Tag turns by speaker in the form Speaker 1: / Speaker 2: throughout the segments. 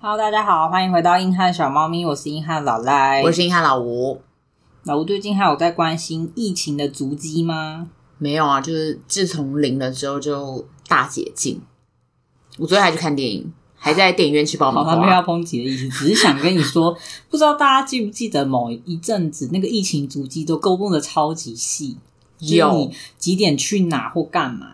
Speaker 1: Hello，大家好，欢迎回到硬汉小猫咪，我是硬汉老赖
Speaker 2: 我。是英汉老吴。
Speaker 1: 老吴最近还有在关心疫情的足迹吗？
Speaker 2: 没有啊，就是自从零了之后就大解禁。我昨天还去看电影，还在电影院吃爆米
Speaker 1: 好像没有
Speaker 2: 花
Speaker 1: 要。抨击的意思，只是想跟你说，不知道大家记不记得某一阵子那个疫情足迹都勾弄的超级细，就是
Speaker 2: 有
Speaker 1: 你，几点去哪或干嘛。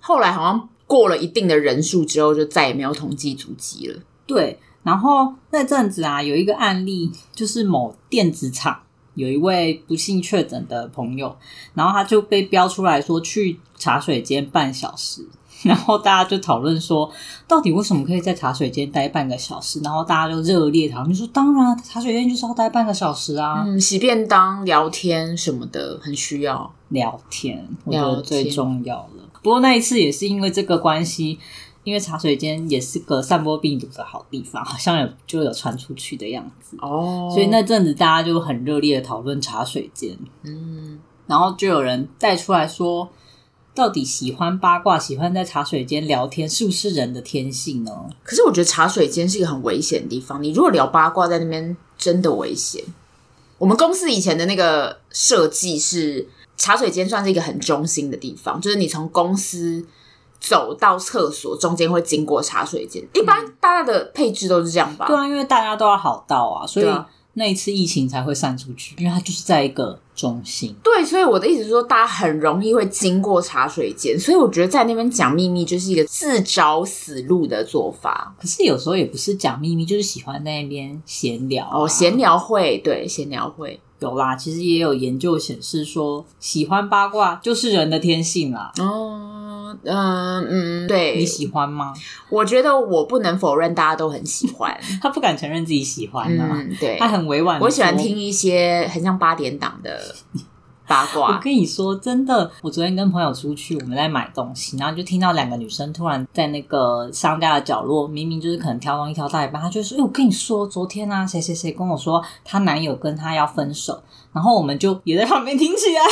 Speaker 2: 后来好像过了一定的人数之后，就再也没有统计足迹了。
Speaker 1: 对，然后那阵子啊，有一个案例，就是某电子厂有一位不幸确诊的朋友，然后他就被标出来说去茶水间半小时。 然后大家就讨论说，到底为什么可以在茶水间待半个小时？然后大家就热烈讨论说，当然啊茶水间就是要待半个小时啊，
Speaker 2: 嗯，洗便当、聊天什么的很需要。
Speaker 1: 聊天，我觉
Speaker 2: 聊
Speaker 1: 得
Speaker 2: 天
Speaker 1: 最重要了。不过那一次也是因为这个关系，因为茶水间也是个散播病毒的好地方，好像有就有传出去的样子。
Speaker 2: 哦
Speaker 1: 所以那阵子大家就很热烈的讨论茶水间，
Speaker 2: 嗯，
Speaker 1: 然后就有人带出来说，到底喜欢八卦、喜欢在茶水间聊天，是不是人的天性呢？
Speaker 2: 可是我觉得茶水间是一个很危险的地方。你如果聊八卦在那边，真的危险。我们公司以前的那个设计是茶水间算是一个很中心的地方，就是你从公司走到厕所中间会经过茶水间，一般大家的配置都是这样吧？
Speaker 1: 对啊，因为大家都要好到啊，所以
Speaker 2: 对啊
Speaker 1: 那一次疫情才会散出去，因为它就是在一个中心。
Speaker 2: 对，所以我的意思是说，大家很容易会经过茶水间，所以我觉得在那边讲秘密就是一个自找死路的做法。
Speaker 1: 可是有时候也不是讲秘密，就是喜欢在那边闲聊啊、
Speaker 2: 哦，闲聊会，对，闲聊会。
Speaker 1: 有啦。其实也有研究显示说，喜欢八卦就是人的天性啦。
Speaker 2: 哦，嗯嗯，对，
Speaker 1: 呃你喜欢吗？
Speaker 2: 我觉得我不能否认，大家都很 喜欢。
Speaker 1: 他不敢承认自己喜欢啊，
Speaker 2: 嗯，对
Speaker 1: 他，很委婉。
Speaker 2: 我喜欢听一些很像八点档的八
Speaker 1: 我
Speaker 2: 卦。
Speaker 1: 跟你说，真的，我昨天跟朋友出去，我们在买东西，然后就听到两个女生突然在那个商家的角落，明明就是可能挑东西挑到一半，她就说：“哎、我跟你说，昨天啊，谁谁谁跟我说她男友跟她要分手。”然后我们就也在旁边听起来，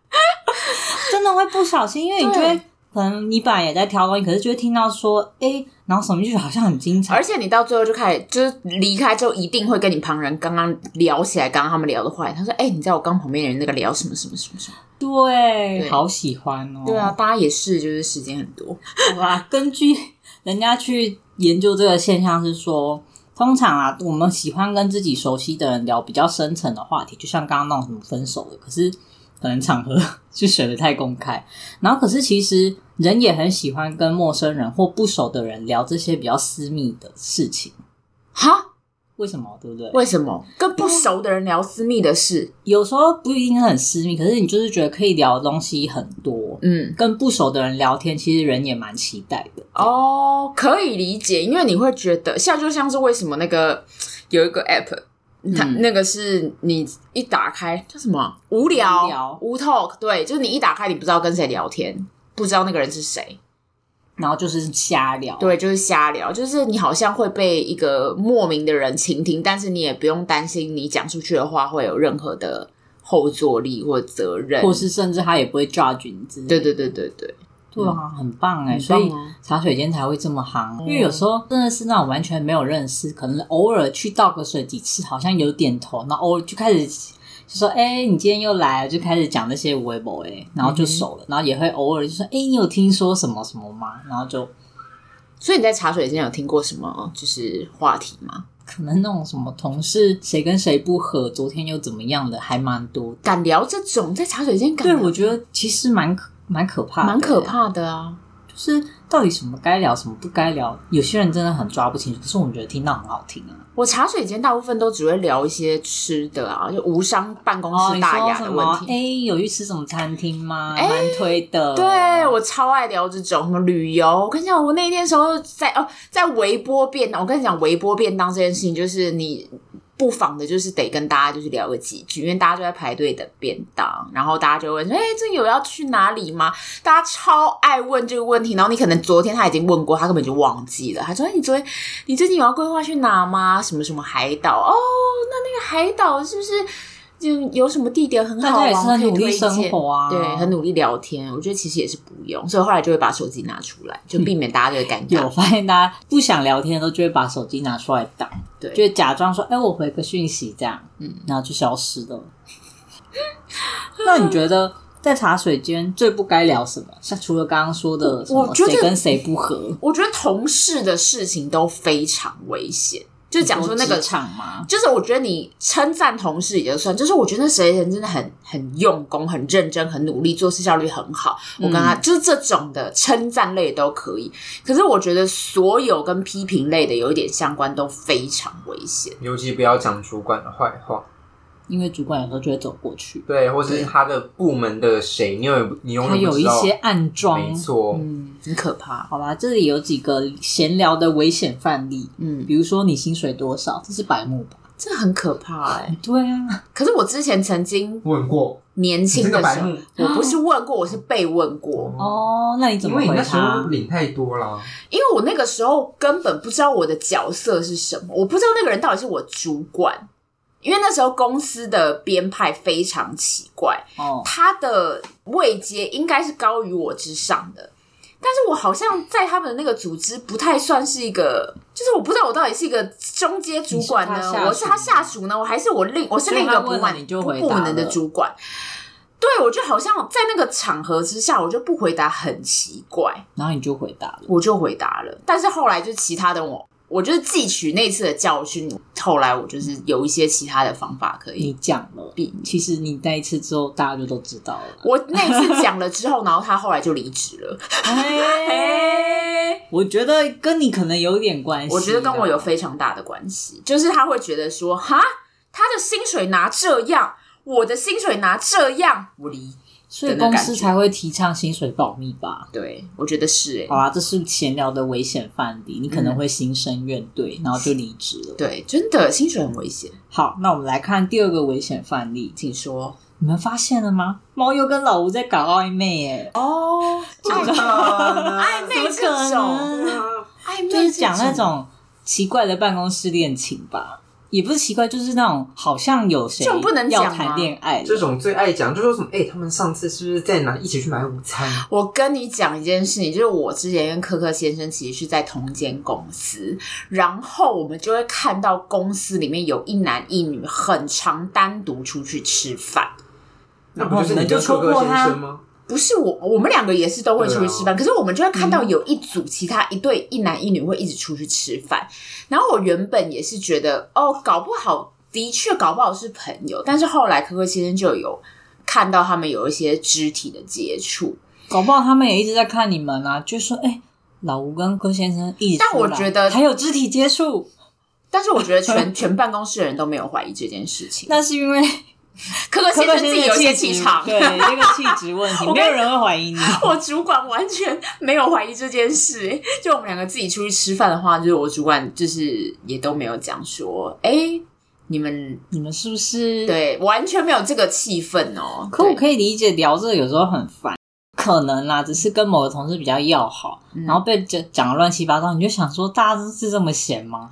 Speaker 1: 真的会不小心，因为你就会
Speaker 2: 对
Speaker 1: 可能你本来也在挑东西，可是就会听到说：“哎、然后什么就觉得好像很精彩。”
Speaker 2: 而且你到最后就开始，就是离开之后，一定会跟你旁人刚刚聊起来，刚刚他们聊的话，他说：“哎、你知道我刚旁边的人那个聊什么什么什么什么
Speaker 1: 对，
Speaker 2: 对
Speaker 1: 好喜欢哦。？”
Speaker 2: 对啊，，大家也是，就是时间很多。
Speaker 1: 好啦， 根据人家去研究这个现象是说，通常啊，我们喜欢跟自己熟悉的人聊比较深层的话题，就像刚刚那种什么分手的，可是可能场合 就选的太公开。然后，可是其实人也很喜欢跟陌生人或不熟的人聊这些比较私密的事情。
Speaker 2: 哈？
Speaker 1: 为什么？对不对？
Speaker 2: 为什么跟不熟的人聊私密的事？
Speaker 1: 有时候不一定很私密，可是你就是觉得可以聊的东西很多。
Speaker 2: 嗯，
Speaker 1: 跟不熟的人聊天，其实人也蛮期待的。
Speaker 2: 哦，可以理解，因为你会觉得，像就像是为什么那个有一个 app，它、
Speaker 1: 嗯
Speaker 2: 那个是你一打开叫什么啊无聊
Speaker 1: 无聊
Speaker 2: 无 talk，对，就是你一打开你不知道跟谁聊天，不知道那个人是谁，
Speaker 1: 然后就是瞎聊，啊
Speaker 2: 对，就是瞎聊，就是你好像会被一个莫名的人倾听，但是你也不用担心你讲出去的话会有任何的后坐力或责任，
Speaker 1: 或是甚至他也不会 judge 你之类的。
Speaker 2: 对对对对对，
Speaker 1: 对啊，很棒哎、
Speaker 2: 很
Speaker 1: 所以
Speaker 2: 棒啊
Speaker 1: 茶水间才会这么夯，因为有时候真的是那种完全没有认识，可能偶尔去倒个水几次，好像有点头，那偶尔就开始就说：“哎、你今天又来了。”就开始讲那些微博哎，然后就熟了，然后也会偶尔就说：“哎、你有听说什么什么吗？”然后就
Speaker 2: 所以你在茶水间有听过什么就是话题吗？
Speaker 1: 可能那种什么同事谁跟谁不和，昨天又怎么样的，还蛮多的。
Speaker 2: 敢聊这种在茶水间敢
Speaker 1: 对，
Speaker 2: 聊，
Speaker 1: 我觉得其实蛮可蛮可怕的，欸
Speaker 2: 蛮可怕的啊。
Speaker 1: 就是到底什么该聊，什么不该聊，有些人真的很抓不清楚。可是我们觉得听到很好听啊。
Speaker 2: 我茶水间大部分都只会聊一些吃的啊，就无伤办公
Speaker 1: 哦
Speaker 2: 室哦大雅的问
Speaker 1: 哎、
Speaker 2: 题。
Speaker 1: 有去吃什么餐厅吗？
Speaker 2: 哎
Speaker 1: 蛮、推的。
Speaker 2: 对我超爱聊这种什么旅游，我跟你讲，我那天时候在哦，在微波便当，我跟你讲，微波便当这件事情，就是你不妨的，就是得跟大家就是聊个几句，因为大家就在排队等便当，然后大家就会说，哎、这有要去哪里吗？大家超爱问这个问题，然后你可能昨天他已经问过，他根本就忘记了。他说：“哎，你昨天你最近有要规划去哪吗？什么什么海岛？哦，那那个海岛是不是就有什么地点很
Speaker 1: 大
Speaker 2: 好
Speaker 1: 家
Speaker 2: 玩，
Speaker 1: 也是很
Speaker 2: 可以
Speaker 1: 努力
Speaker 2: 推
Speaker 1: 生
Speaker 2: 荐
Speaker 1: 活啊，
Speaker 2: 对，很努力聊天，我觉得其实也是不用，所以后来就会把手机拿出来，就避免大家这个尴尬。
Speaker 1: 有发现大家不想聊天的时候，就会把手机拿出来打，
Speaker 2: 对
Speaker 1: 就假装说：“哎、我回个讯息这样。”
Speaker 2: 嗯
Speaker 1: 嗯，然后就消失了。那你觉得在茶水间最不该聊什么？像除了刚刚说的什
Speaker 2: 我
Speaker 1: 么
Speaker 2: 觉得
Speaker 1: 谁跟谁不合，
Speaker 2: 我觉得同事的事情都非常危险，就讲说那
Speaker 1: 你
Speaker 2: 个
Speaker 1: 职场吗？
Speaker 2: 就是我觉得你称赞同事也就算，就是我觉得那谁人真的很很用功、很认真、很努力，做事效率很好。我跟他、就是这种的称赞类都可以，可是我觉得所有跟批评类的有一点相关都非常危险。
Speaker 3: 尤其不要讲主管的坏话，
Speaker 1: 因为主管有时候就会走过去，
Speaker 3: 对，或是他的部门的谁，你有你永
Speaker 1: 他
Speaker 3: 远
Speaker 1: 有
Speaker 3: 不知
Speaker 1: 一
Speaker 3: 道
Speaker 1: 些暗装。
Speaker 3: 没错，
Speaker 2: 嗯，很可怕。
Speaker 1: 好吧，这里有几个闲聊的危险范例，
Speaker 2: 嗯，
Speaker 1: 比如说你薪水多少，这是白目吧？
Speaker 2: 这很可怕哎、
Speaker 1: 对啊，
Speaker 2: 可是我之前曾经
Speaker 3: 问过，
Speaker 2: 年
Speaker 3: 你
Speaker 2: 轻
Speaker 3: 这
Speaker 2: 的
Speaker 3: 个
Speaker 2: 时
Speaker 3: 白
Speaker 2: 候
Speaker 3: 目，，
Speaker 2: 我不是问过，我是被问过。
Speaker 1: 哦，那你怎
Speaker 3: 因
Speaker 1: 么
Speaker 3: 为你
Speaker 1: 回啊
Speaker 3: 那时候
Speaker 1: 他？
Speaker 3: 领太 多了，
Speaker 2: 因为我那个时候根本不知道我的角色是什么，我不知道那个人到底是我主管，因为那时候公司的编派非常奇怪，
Speaker 1: 哦，
Speaker 2: 他的位阶应该是高于我之上的，但是我好像在他们的那个组织不太算是一个，就是我不知道我到底是一个中阶主管
Speaker 1: 你是他
Speaker 2: 呢
Speaker 1: 下，属
Speaker 2: 我是他下属呢，我还是我另我是另一
Speaker 1: 所以他
Speaker 2: 个部
Speaker 1: 问
Speaker 2: 门
Speaker 1: 了你就
Speaker 2: 部
Speaker 1: 回答
Speaker 2: 部门的
Speaker 1: 了
Speaker 2: 主管。对，我就好像在那个场合之下，我就不回答很奇怪。
Speaker 1: 然后你就回答了。
Speaker 2: 我就回答了。但是后来就其他的我，我就是汲取那次的教训，后来我就是有一些其他的方法可以
Speaker 1: 你。讲了
Speaker 2: 避免，。
Speaker 1: 其实你那一次之后，大家就都知道了
Speaker 2: 我那次讲了之后，然后他后来就离职 了。
Speaker 1: 哎
Speaker 2: 哎
Speaker 1: 我觉得跟你可能有点关系，
Speaker 2: 我觉得跟我有非常大的关系，就是他会觉得说，哈，他的薪水拿这样，我的薪水拿这样，我离。
Speaker 1: 所以
Speaker 2: 真的
Speaker 1: 公
Speaker 2: 感觉
Speaker 1: 司才会提倡薪水保密吧。
Speaker 2: 对，我觉得是哎、
Speaker 1: 好啦，这是闲聊的危险范例，你可
Speaker 2: 嗯
Speaker 1: 能会心生怨怼，然后就离职了。
Speaker 2: 对，真的薪水很危险，
Speaker 1: 好，那我们来看第二个危险范例，
Speaker 2: 请说
Speaker 1: 你们发现了吗？猫又跟老吴在搞暧昧耶，
Speaker 2: 哦。暧昧
Speaker 3: 暧
Speaker 2: 暧昧
Speaker 1: 怎么
Speaker 2: 这啊
Speaker 1: 可能？
Speaker 2: 种，暧昧
Speaker 1: 就是讲那
Speaker 2: 这
Speaker 1: 种奇怪的办公室恋情吧，也不是奇怪，就是那种好像有谁
Speaker 2: 这种不能讲
Speaker 1: 要
Speaker 2: 吗
Speaker 1: 谈恋爱了
Speaker 3: 这种最爱讲，就说什么哎、他们上次是不是在哪一起去买午餐？
Speaker 1: 哦
Speaker 2: 我跟你讲一件事情，就是我之前跟科科先生其实是在同间公司，然后我们就会看到公司里面有一男一女很常单独出去吃饭。
Speaker 3: 那不就是你跟柯柯先生吗？
Speaker 2: 不是我，我们两个也是都会出去吃饭，可是我们就会看到有一组其他一对一男一女会一直出去吃饭。然后我原本也是觉得，哦，搞不好的确搞不好是朋友，但是后来科科先生就有看到他们有一些肢体的接触，
Speaker 1: 搞不好他们也一直在看你们啊，就说哎、老吴跟柯先生一起出来，
Speaker 2: 但我觉得
Speaker 1: 还有肢体接触，
Speaker 2: 但是我觉得 全全办公室的人都没有怀疑这件事情。
Speaker 1: 那是因为
Speaker 2: 可可
Speaker 1: 柯
Speaker 2: 先
Speaker 1: 柯先
Speaker 2: 生自
Speaker 1: 生
Speaker 2: 己有一些
Speaker 1: 的
Speaker 2: 气
Speaker 1: 气质
Speaker 2: 场，
Speaker 1: 对这个气质问题，
Speaker 2: 我跟
Speaker 1: 没有人会怀疑你。
Speaker 2: 我主管完全没有怀疑这件事、欸就我们两个自己出去吃饭的话，就是我主管就是也都没有讲说，哎、你们
Speaker 1: 你们是不是？。
Speaker 2: 对完全没有这个气氛哦。
Speaker 1: 可我
Speaker 2: 以，
Speaker 1: 可以理解聊这个有时候很烦，可能 啦，只是跟某个同事比较要好，
Speaker 2: 嗯
Speaker 1: 然后被讲讲得乱七八糟，你就想说大家是这么闲吗？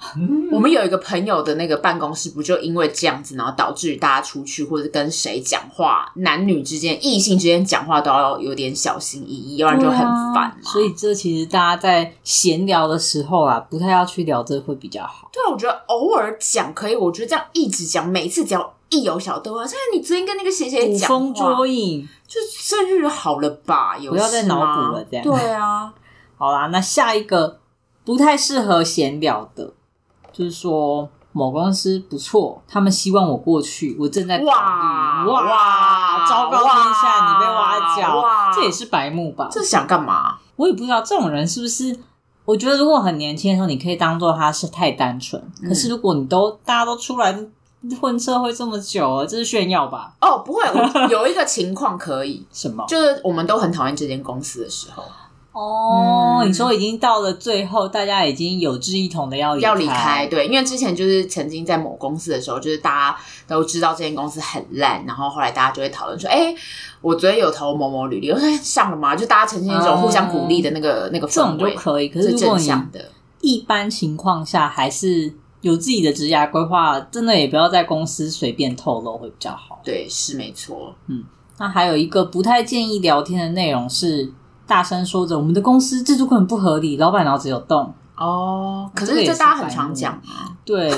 Speaker 2: 我们有一个朋友的那个办公室，不就因为这样子，然后导致于大家出去或者跟谁讲话，男女之间、异性之间讲话都要有点小心翼翼，要不然就很烦嘛、
Speaker 1: 对啊所以这其实大家在闲聊的时候啊，不太要去聊这会比较好。
Speaker 2: 对啊，我觉得偶尔讲可以，我觉得这样一直讲，每次只要一有小对话，像你昨天跟那个谁谁
Speaker 1: 捕
Speaker 2: 哎讲
Speaker 1: 风
Speaker 2: 话，
Speaker 1: 捉影。
Speaker 2: 就这日好了吧？有
Speaker 1: 不要再
Speaker 2: 事吗
Speaker 1: 脑补了这样
Speaker 2: 对啊，
Speaker 1: 好啦，那下一个不太适合闲聊的，就是说某公司不错，他们希望我过去，我 正在考虑
Speaker 2: 哇
Speaker 1: 哇
Speaker 2: 哇
Speaker 1: 糟糕天下，你被挖
Speaker 2: 哇
Speaker 1: 角，这也是白目吧？
Speaker 2: 这想干嘛？
Speaker 1: 我也不知道这种人是不是。我觉得如果很年轻的时候，你可以当做他是太单纯。
Speaker 2: 嗯
Speaker 1: 可是如果你都大家都出来混社会这么久了，这是炫耀吧？
Speaker 2: 哦，不 会，我有一个情况可以，
Speaker 1: 什么？
Speaker 2: 就是我们都很讨厌这间公司的时候，
Speaker 1: 哦，
Speaker 2: 嗯
Speaker 1: 你说已经到了最后，大家已经有志一同的要
Speaker 2: 要离开。对，因为之前就是曾经在某公司的时候，就是大家都知道这间公司很烂，然后后来大家就会讨论说，哎、我昨天有投某某履历，我说哎上了吗？就大家呈现一种互相鼓励的那个、那个
Speaker 1: 嗯这种
Speaker 2: 氛
Speaker 1: 就
Speaker 2: 围，
Speaker 1: 可以。可
Speaker 2: 是
Speaker 1: 是如
Speaker 2: 正
Speaker 1: 果你
Speaker 2: 向的。
Speaker 1: 一般情况下还是有自己的职涯规划，真的也不要在公司随便透露会比较好。
Speaker 2: 对，是没错。
Speaker 1: 那还有一个不太建议聊天的内容是大声说着我们的公司制度根本不合理，老板脑子有洞。
Speaker 2: 哦，可
Speaker 1: 这个
Speaker 2: 是
Speaker 1: 也
Speaker 2: 这
Speaker 1: 是
Speaker 2: 大家很
Speaker 1: 白
Speaker 2: 常
Speaker 1: 目
Speaker 2: 讲啊。
Speaker 1: 对，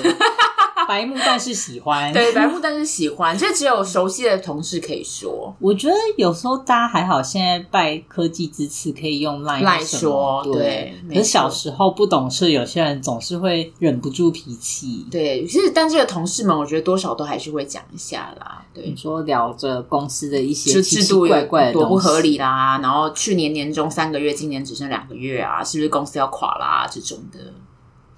Speaker 1: 白目但是喜欢。
Speaker 2: 对，白目但是喜欢，这只有熟悉的同事可以说。
Speaker 1: 我觉得有时候大家还好，现在拜科技之赐可以用赖
Speaker 2: 赖说
Speaker 1: 对
Speaker 2: 对。
Speaker 1: 可
Speaker 2: 没
Speaker 1: 是小
Speaker 2: 错
Speaker 1: 时候不懂事，有些人总是会忍不住脾气。
Speaker 2: 对，其实但这个同事们，我觉得多少都还是会讲一下啦。对
Speaker 1: 你，说聊着公司的一些
Speaker 2: 就
Speaker 1: 奇
Speaker 2: 制
Speaker 1: 奇
Speaker 2: 度
Speaker 1: 怪
Speaker 2: 有
Speaker 1: 怪的
Speaker 2: 多
Speaker 1: 东
Speaker 2: 不
Speaker 1: 西
Speaker 2: 合，理啦，然后去年年终三个月，今年只剩两个月啊，是不是公司要垮啦这种的？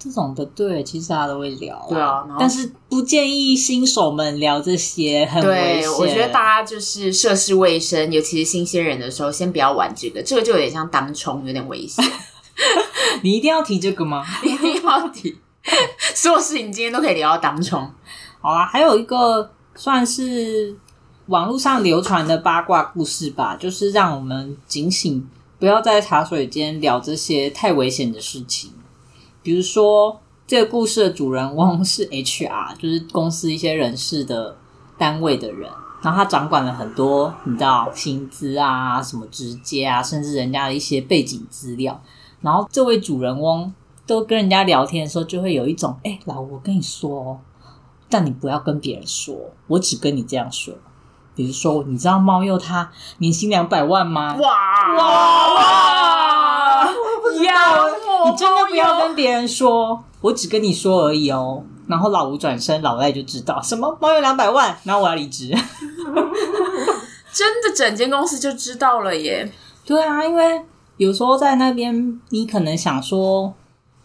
Speaker 1: 这种的对，其实大家都会聊、
Speaker 2: 对啊，然后
Speaker 1: 但是不建议新手们聊这些，很危
Speaker 2: 对，
Speaker 1: 险。
Speaker 2: 我觉得大家就是涉世未深，尤其是新鲜人的时候，先不要玩这个，这个就有点像当冲，有点 危险，
Speaker 1: 你一定要提这个吗？
Speaker 2: 一定要提。所有事情今天都可以聊到当冲，
Speaker 1: 好啊啦，还有一个算是网络上流传的八卦故事吧，就是让我们警醒，不要在茶水间聊这些太危险的事情。比如说，这个故事的主人翁是 HR，就是公司一些人事的单位的人，然后他掌管了很多，你知道薪资啊、什么直接啊，甚至人家的一些背景资料。然后这位主人翁都跟人家聊天的时候，就会有一种，哎、老吴，我跟你说哦，但你不要跟别人说，我只跟你这样说。比如说，你知道猫鼬它年薪两百万吗？
Speaker 2: 哇哇哇！要
Speaker 1: 你真的不要
Speaker 2: 跟。
Speaker 1: 跟别人说，我只跟你说而已哦。然后老吴转身，老赖就知道什么猫鼬两百万，然后我要离 职。
Speaker 2: 真的整间公司就知道了耶。
Speaker 1: 对啊，因为有时候在那边，你可能想说，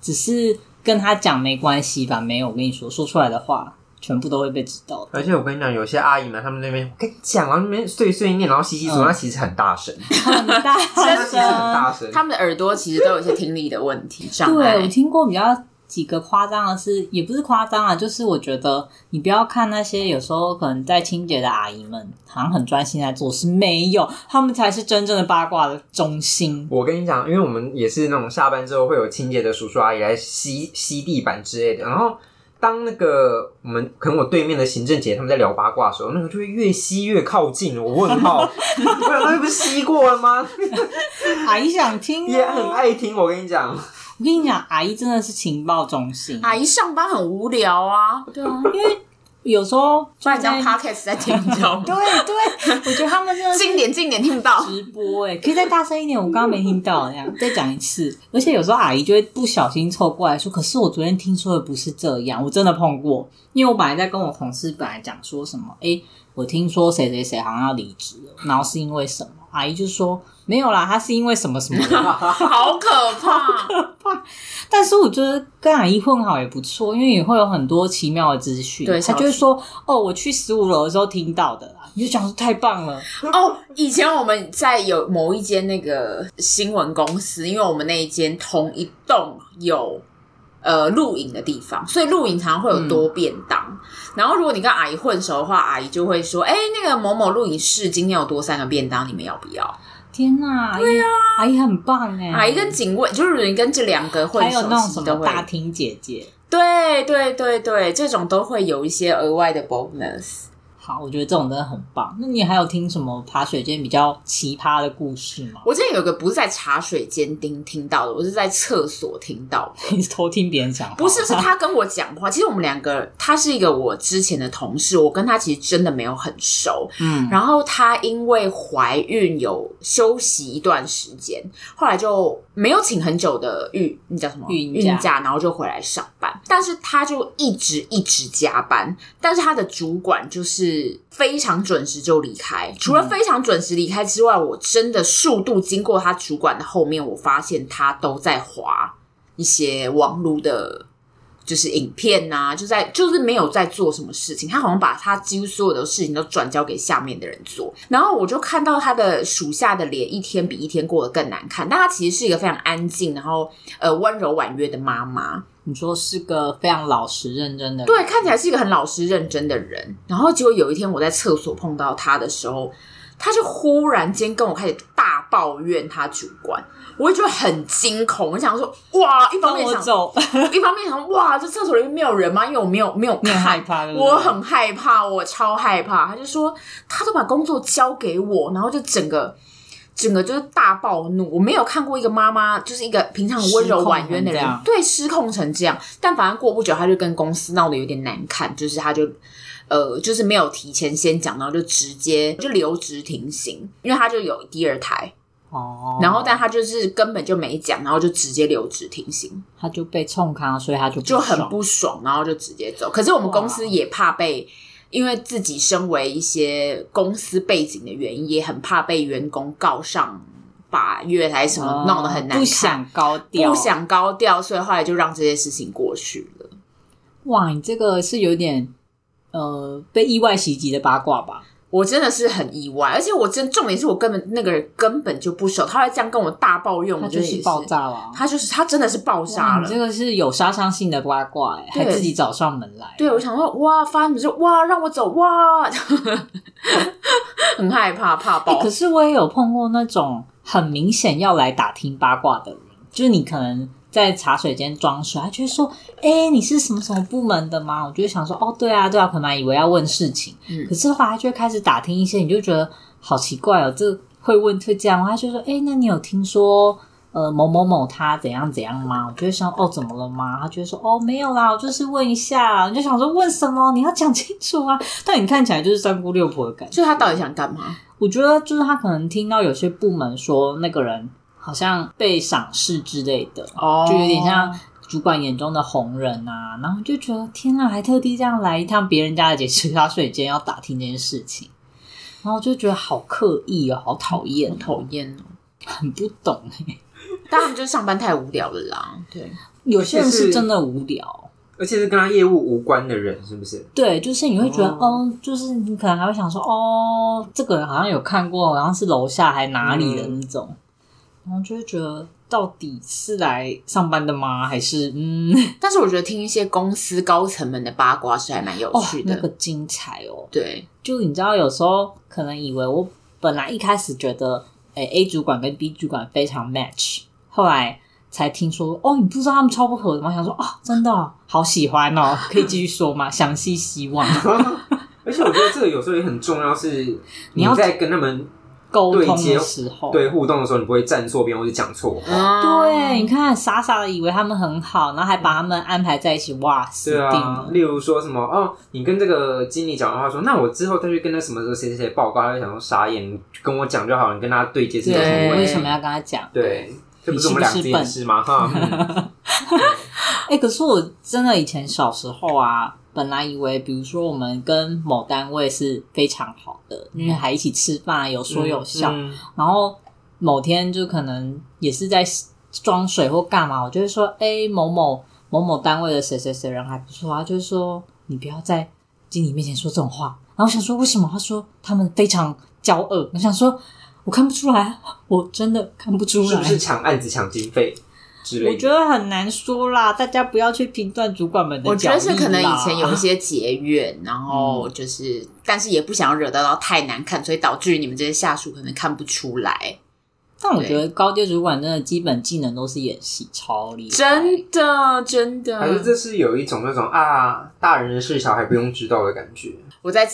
Speaker 1: 只是跟他讲没关系吧？没有，我跟你说，说出来的话全部都会被知道的。
Speaker 3: 而且我跟你讲，有些阿姨们，她们那边我跟你讲，然后那边碎碎念，然后洗洗手，
Speaker 1: 嗯
Speaker 3: 她其实很大声，
Speaker 1: 很大
Speaker 3: 她其实很
Speaker 1: 声。
Speaker 3: 大声。
Speaker 2: 他们的耳朵其实都有一些听力的问题障
Speaker 1: 对，我
Speaker 2: 碍。
Speaker 1: 听过比较几个夸张的是，也不是夸张啊，就是我觉得你不要看那些有时候可能在清洁的阿姨们，好像很专心在做事，没有，他们才是真正的八卦的中心。
Speaker 3: 我跟你讲，因为我们也是那种下班之后会有清洁的叔叔阿姨来吸吸地板之类的，然后。当那个我们可能我对面的行政姐他们在聊八卦的时候，那个就会越吸越靠近。我问 号，我想那不是吸过了吗？
Speaker 1: 阿姨想听、
Speaker 3: 也很
Speaker 1: 啊，
Speaker 3: 爱听。我跟你讲，
Speaker 1: 我跟你讲，阿姨真的是情报中心。
Speaker 2: 阿姨啊上班很无聊啊，
Speaker 1: 对啊，因为有时候
Speaker 2: 不然你
Speaker 1: 在
Speaker 2: 当 podcast 在听，你知道吗？
Speaker 1: 对啊对，我觉得他们 真的是
Speaker 2: 近点近点听 不到。
Speaker 1: 直播哎、
Speaker 2: 欸
Speaker 1: 可以再大声一点，我刚刚没听到，那 样再讲一次。而且有时候阿姨就会不小心凑过来说：“可是我昨天听说的不是这样，我真的碰过。”因为我本来在跟我同事本来讲说什么，诶、我听说谁谁谁好像要离职了，然后是因为什么？阿姨就说没有啦，她是因为什么什么的。
Speaker 2: 好可怕！
Speaker 1: 但是我觉得跟阿姨混好也不错，因为也会有很多奇妙的资讯。
Speaker 2: 对
Speaker 1: 她就会说：“哦，我去十五楼的时候听到的啦。”你就想说太棒了，
Speaker 2: 哦，以前我们在有某一间那个新闻公司，因为我们那一间同一栋有呃录影的地方，所以录影常常会有多便当。
Speaker 1: 嗯
Speaker 2: 然后如果你跟阿姨混熟的话，阿姨就会说：“哎、那个某某录影室今天有多三个便当，你们要不要？”
Speaker 1: 天哪！对呀、阿姨很棒哎、
Speaker 2: 啊阿姨跟警卫，就是你跟这两个混
Speaker 1: 还有
Speaker 2: 熟，
Speaker 1: 那种什
Speaker 2: 其实
Speaker 1: 么
Speaker 2: 都会
Speaker 1: 大厅姐姐。
Speaker 2: 对对对对，这种都会有一些额外的 bonus。
Speaker 1: 好，我觉得这种真的很棒。那你还有听什么爬水间比较奇葩的故事吗？
Speaker 2: 我之前有个不是在茶水间听听到的，我是在厕所听到的。
Speaker 1: 你是偷听别人讲话？
Speaker 2: 不是，是他跟我讲话。其实我们两个，他是一个我之前的同事，我跟他其实真的没有很熟。
Speaker 1: 嗯，
Speaker 2: 然后她因为怀孕有休息一段时间，后来就没有请很久的孕，那叫什么
Speaker 1: 孕假
Speaker 2: 然后就回来上班。但是她就一直一直加班，但是她的主管就是非常准时就离开。除
Speaker 1: 嗯
Speaker 2: 了非常准时离开之外，我真的数度经过她主管的后面，我发现她都在滑一些网络的。就是影片呐、就在就是没有在做什么事情，他好像把他几乎所有的事情都转交给下面的人做。然后我就看到他的属下的脸一天比一天过得更难看，但他其实是一个非常安静，然后呃温柔婉约的妈妈，
Speaker 1: 你说是个非常老实认真的人，
Speaker 2: 对，看起来是一个很老实认真的人。然后结果有一天我在厕所碰到他的时候，他就忽然间跟我开始大大抱怨他主观，我会觉得很惊恐。我想说，哇，一方
Speaker 1: 放
Speaker 2: 面
Speaker 1: 我
Speaker 2: 想，
Speaker 1: 走，
Speaker 2: 一方面想，哇，这厕所里面没有人吗？因为我没有没有
Speaker 1: 你很害
Speaker 2: 看，
Speaker 1: 怕对不对
Speaker 2: 我很害怕，我超害怕。他就说，他都把工作交给我，然后就整个整个就是大暴怒。我没有看过一个妈妈，就是一个平常温柔婉约
Speaker 1: 失
Speaker 2: 的
Speaker 1: 控成这
Speaker 2: 人
Speaker 1: 样，
Speaker 2: 对，失控成这样。但反正过不久，他就跟公司闹得有点难看，就是他就。呃，就是没有提前先讲，然后就直接就留职停薪，因为他就有第二胎，
Speaker 1: 哦，
Speaker 2: 然后但他就是根本就没讲，然后就直接留职停薪。
Speaker 1: 他就被冲康，所以他就
Speaker 2: 就很
Speaker 1: 爽
Speaker 2: 不爽，然后就直接走。可是我们公司也怕被，因为自己身为一些公司背景的原因，也很怕被员工告上法院还是什么，弄得很
Speaker 1: 哦
Speaker 2: 难
Speaker 1: 不
Speaker 2: 看，
Speaker 1: 想高调，
Speaker 2: 不想高调，所以后来就让这些事情过去了。
Speaker 1: 哇，你这个是有点呃被意外袭击的八卦吧？
Speaker 2: 我真的是很意外，而且我真重点是我根本那个人根本就不熟，他会这样跟我大抱怨，
Speaker 1: 他
Speaker 2: 我
Speaker 1: 就
Speaker 2: 觉得也
Speaker 1: 是
Speaker 2: 是
Speaker 1: 爆，炸了啊，
Speaker 2: 他就是他真的是爆炸
Speaker 1: 哇
Speaker 2: 了
Speaker 1: 你。这个是有杀伤性的八卦、欸，
Speaker 2: 对
Speaker 1: 还自己找上门来。
Speaker 2: 对，我想说，哇，发生什么事？哇，让我走，哇， 很害怕，怕
Speaker 1: 欸
Speaker 2: 爆。
Speaker 1: 可是我也有碰过那种很明显要来打听八卦的人，就是你可能在茶水间装水，他就会说：“哎、你是什么什么部门的吗？”我就会想说：“哦，对啊，对啊。”可能还以为要问事情，
Speaker 2: 嗯
Speaker 1: 可是后来他就会开始打听一些，你就觉得好奇怪哦，这会问会这样吗？他就说：“哎、那你有听说？”呃，某某某他怎样怎样吗？我就会想哦，怎么了吗？他就会说哦，没有啦，我就是问一下。你就想说问什么？你要讲清楚啊！但你看起来就是三姑六婆的感觉。
Speaker 2: 所以他到底想干嘛？
Speaker 1: 我觉得就是他可能听到有些部门说那个人好像被赏识之类的，
Speaker 2: 哦
Speaker 1: 就有点像主管眼中的红人啊，然后就觉得天啊，还特地这样来一趟别人家的解释茶水间要打听这件事情，然后就觉得好刻意哦，好讨厌哦，
Speaker 2: 讨厌哦。
Speaker 1: 很不懂哎。
Speaker 2: 但他们就是上班太无聊了啦。对，
Speaker 1: 有些人
Speaker 3: 而且
Speaker 1: 是
Speaker 3: 是
Speaker 1: 真的无聊，
Speaker 3: 而且是跟他业务无关的人，是不是？
Speaker 1: 对，就是你会觉得
Speaker 3: 哦
Speaker 1: 哦，就是你可能还会想说哦，这个人好像有看过，好像是楼下还哪里的
Speaker 3: 嗯
Speaker 1: 那种，然后就会觉得到底是来上班的吗？还是 嗯，
Speaker 2: 但是我觉得听一些公司高层们的八卦是还蛮有
Speaker 1: 哦
Speaker 2: 趣，的。
Speaker 1: 那个精彩哦！
Speaker 2: 对，
Speaker 1: 就你知道，有时候可能以为我本来一开始觉得，哎、a 主管跟 B 主管非常 match，后来才听说，哦，你不知道他们超不合的吗？想说，哦，真的、哦，好喜欢哦，可以继续说吗？详细希望
Speaker 3: 而且我觉得这个有时候也很重要，是
Speaker 1: 你
Speaker 3: 你
Speaker 1: 要
Speaker 3: 在跟他们
Speaker 1: 沟
Speaker 3: 对
Speaker 1: 通
Speaker 3: 接
Speaker 1: 的时候，
Speaker 3: 对互动的时候，你不会站错边或者讲错话。
Speaker 1: 对，你
Speaker 2: 嗯，
Speaker 1: 看，傻傻的以为他们很好，然后还把他们安排在一起，哇，死
Speaker 3: 对
Speaker 1: 定
Speaker 3: 啊
Speaker 1: 了，！
Speaker 3: 例如说什么哦，你跟这个经理讲完话说，那我之后再去跟他什么时候谁谁谁报告，他就想说傻眼，你跟我讲就好，你跟他对接是有什
Speaker 1: 对，
Speaker 3: 么
Speaker 1: 我
Speaker 3: 问
Speaker 1: 为
Speaker 3: 题？
Speaker 1: 什么要跟他讲？
Speaker 3: 对，这不是我们俩自己的事吗？ 哈，嗯
Speaker 1: 哎、可是我真的以前小时候啊，本来以为，比如说我们跟某单位是非常好的，因为还一起吃饭，有说有笑。
Speaker 3: 嗯
Speaker 1: 然后某天就可能也是在装水或干嘛，我就会说，哎、某某某某单位的谁谁谁人还不错啊，就是说你不要在经理面前说这种话。然后我想说，为什么他说他们非常骄傲？我想说，我看不出来，啊我真的看不出来，
Speaker 3: 是不是抢案子、抢经费之类
Speaker 1: 我
Speaker 3: 的？
Speaker 1: 觉得很难说啦，大家不要去评断主管们的
Speaker 2: 我觉得是
Speaker 1: 角力啦嗯
Speaker 2: 可能以前有一些结怨，然后就是，但是也不想惹到太难看，所以导致于你们这些下属可能看不出来。
Speaker 1: 但我觉得高阶主管真的基本技能都是演戏，超厉害。
Speaker 2: 真的，真的，
Speaker 3: 还是这是有一种那种啊，大人的事小孩不用知道的感觉。
Speaker 2: 我在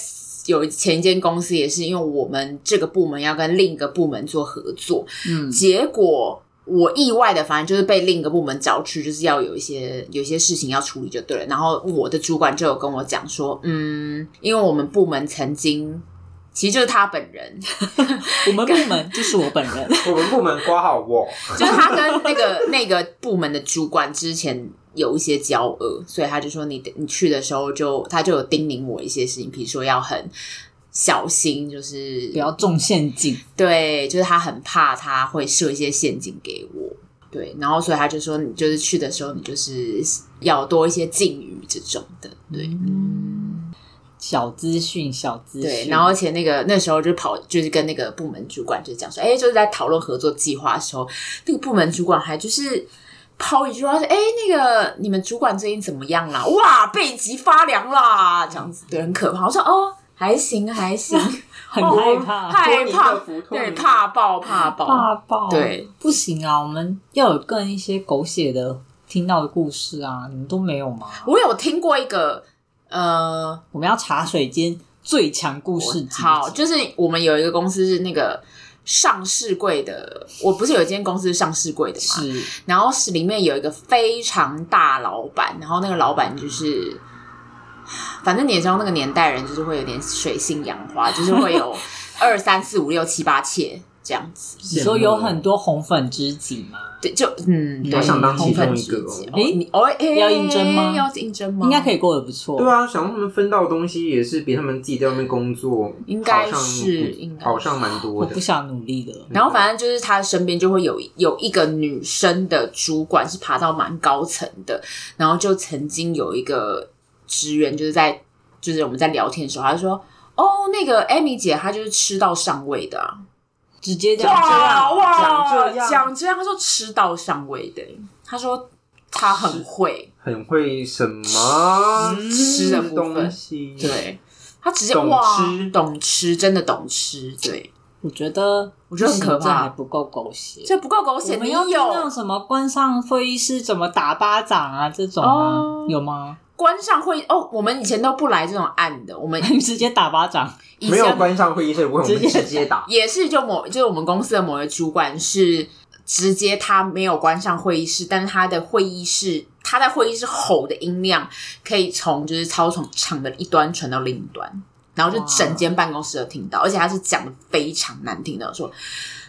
Speaker 2: 有前一间公司也是，因为我们这个部门要跟另一个部门做合作，
Speaker 1: 嗯
Speaker 2: 结果我意外的，反正就是被另一个部门找去，就是要有一些有一些事情要处理就对了。然后我的主管就有跟我讲说，嗯，因为我们部门曾经。其实就是他本人，
Speaker 1: 我们部门就是我本人，
Speaker 3: 我们部门挂好我，
Speaker 2: 就是他跟那个 那个部门的主管之前有一些交恶，所以他就说你你去的时候就他就有叮咛我一些事情，比如说要很小心，就是
Speaker 1: 不要中陷阱。
Speaker 2: 对，就是他很怕他会设一些陷阱给我。对，然后所以他就说，你就是去的时候，你就是要多一些敬语这种的。对，
Speaker 1: 嗯小资讯，小资讯。
Speaker 2: 对，然后而且那个那时候就跑，就是跟那个部门主管就讲说，哎，就是在讨论合作计划的时候，那个部门主管还就是。抛一句话说：“哎、那个你们主管最近怎么样啦？哇，背脊发凉啦，这样子对，很可怕。”我说：“哦，还行，还行。
Speaker 1: 很
Speaker 2: 哦
Speaker 1: 害怕，
Speaker 2: 害
Speaker 3: 托尼
Speaker 2: 怕
Speaker 3: 克服，托尼
Speaker 2: 对，
Speaker 3: 克
Speaker 2: 怕爆，怕爆。
Speaker 1: 怕爆，
Speaker 2: 对，
Speaker 1: 不行啊，我们要有更一些狗血的听到的故事啊，你们都没有吗？
Speaker 2: 我有听过一个，呃，
Speaker 1: 我们要茶水间最强故事集集，
Speaker 2: 好，就是我们有一个公司是那个上市柜的，我不是有一间公司是上市柜的嘛，
Speaker 1: 是
Speaker 2: 然后是里面有一个非常大老板，然后那个老板就是。反正你也知道，那个年代人就是会有点水性杨花， 就是会有二三四五六七八妾这样子。
Speaker 1: 你说有很多红粉知己吗？
Speaker 2: 对，就嗯，对，
Speaker 1: 我想当
Speaker 2: 红
Speaker 1: 其
Speaker 2: 粉
Speaker 3: 中一
Speaker 2: 知
Speaker 3: 个
Speaker 2: 己。
Speaker 1: 诶
Speaker 2: 哦你哦，诶
Speaker 1: 要应征吗
Speaker 2: 要应征吗？
Speaker 1: 应该可以过得不错，
Speaker 3: 对啊，想让他们分到的东西也是比他们自己在外面工作，
Speaker 2: 应该
Speaker 3: 好像
Speaker 2: 是
Speaker 3: 不
Speaker 2: 应该
Speaker 3: 好像蛮多
Speaker 1: 我
Speaker 3: 的
Speaker 1: 不。想努力了。
Speaker 2: 然后反正就是他身边就会有有一个女生的主管是爬到蛮高层的，然后就曾经有一个职员就是在就是我们在聊天的时候，他就说。哦，那个 Amy 姐她就是吃到上位的、啊，
Speaker 1: 直接讲这
Speaker 2: 哇
Speaker 1: 样，
Speaker 2: 哇，
Speaker 3: 讲这样
Speaker 2: 讲这样，她说吃到上位的、她说她很会
Speaker 3: 很会什么
Speaker 2: 吃的部分
Speaker 3: 东西，，
Speaker 2: 对，她直接
Speaker 3: 懂
Speaker 2: 哇
Speaker 3: 吃
Speaker 2: 懂吃，真的懂吃，对，
Speaker 1: 我觉得
Speaker 2: 我觉得很可
Speaker 1: 不行这
Speaker 2: 怕
Speaker 1: 还不够狗血。
Speaker 2: 这不够狗血，
Speaker 1: 我们
Speaker 2: 你
Speaker 1: 要听那
Speaker 2: 有
Speaker 1: 种什么关上会议室怎么打巴掌啊这种啊，
Speaker 2: 哦
Speaker 1: 有吗？
Speaker 2: 关上会哦，我们以前都不来这种暗的，我们
Speaker 1: 直接打巴掌，
Speaker 2: 以
Speaker 3: 没有
Speaker 2: 前
Speaker 3: 关上会议室，我们
Speaker 1: 直接
Speaker 3: 直接 打。
Speaker 2: 也是就某就是我们公司的某个主管是直接他没有关上会议室，但是他的会议室他在会议室吼的音量可以从就是操场场的一端传到另一端，然后就
Speaker 1: 哇
Speaker 2: 整间办公室都听到，而且他是讲的非常难听的，说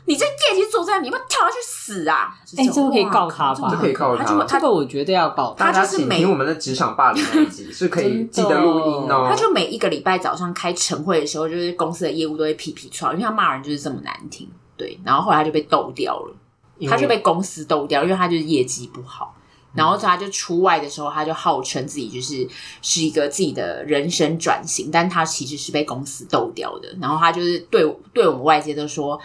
Speaker 2: 你这业绩做这样，你要不要跳下去死啊！
Speaker 1: 哎这个可以告他吧
Speaker 2: 这种
Speaker 1: 这
Speaker 3: 可以告他
Speaker 2: 他就会
Speaker 1: 这
Speaker 2: 他
Speaker 1: 个我觉得要 搞
Speaker 2: 他
Speaker 1: 大。
Speaker 3: 大家
Speaker 2: 就是
Speaker 3: 请
Speaker 2: 每
Speaker 3: 听我们的职场霸凌那一集，是可以记
Speaker 1: 真的
Speaker 3: 得录音哦。
Speaker 2: 他就每一个礼拜早上开晨会的时候，就是公司的业务都会皮皮出来，因为他骂人就是这么难听。对，然后后来他就被斗掉了，
Speaker 3: 因为
Speaker 2: 他就被公司斗掉，因为他就是业绩不好。然后他就出外的时候，他就号称自己就是是一个自己的人生转型，但他其实是被公司斗掉的。然后他就是对对我们外界都说，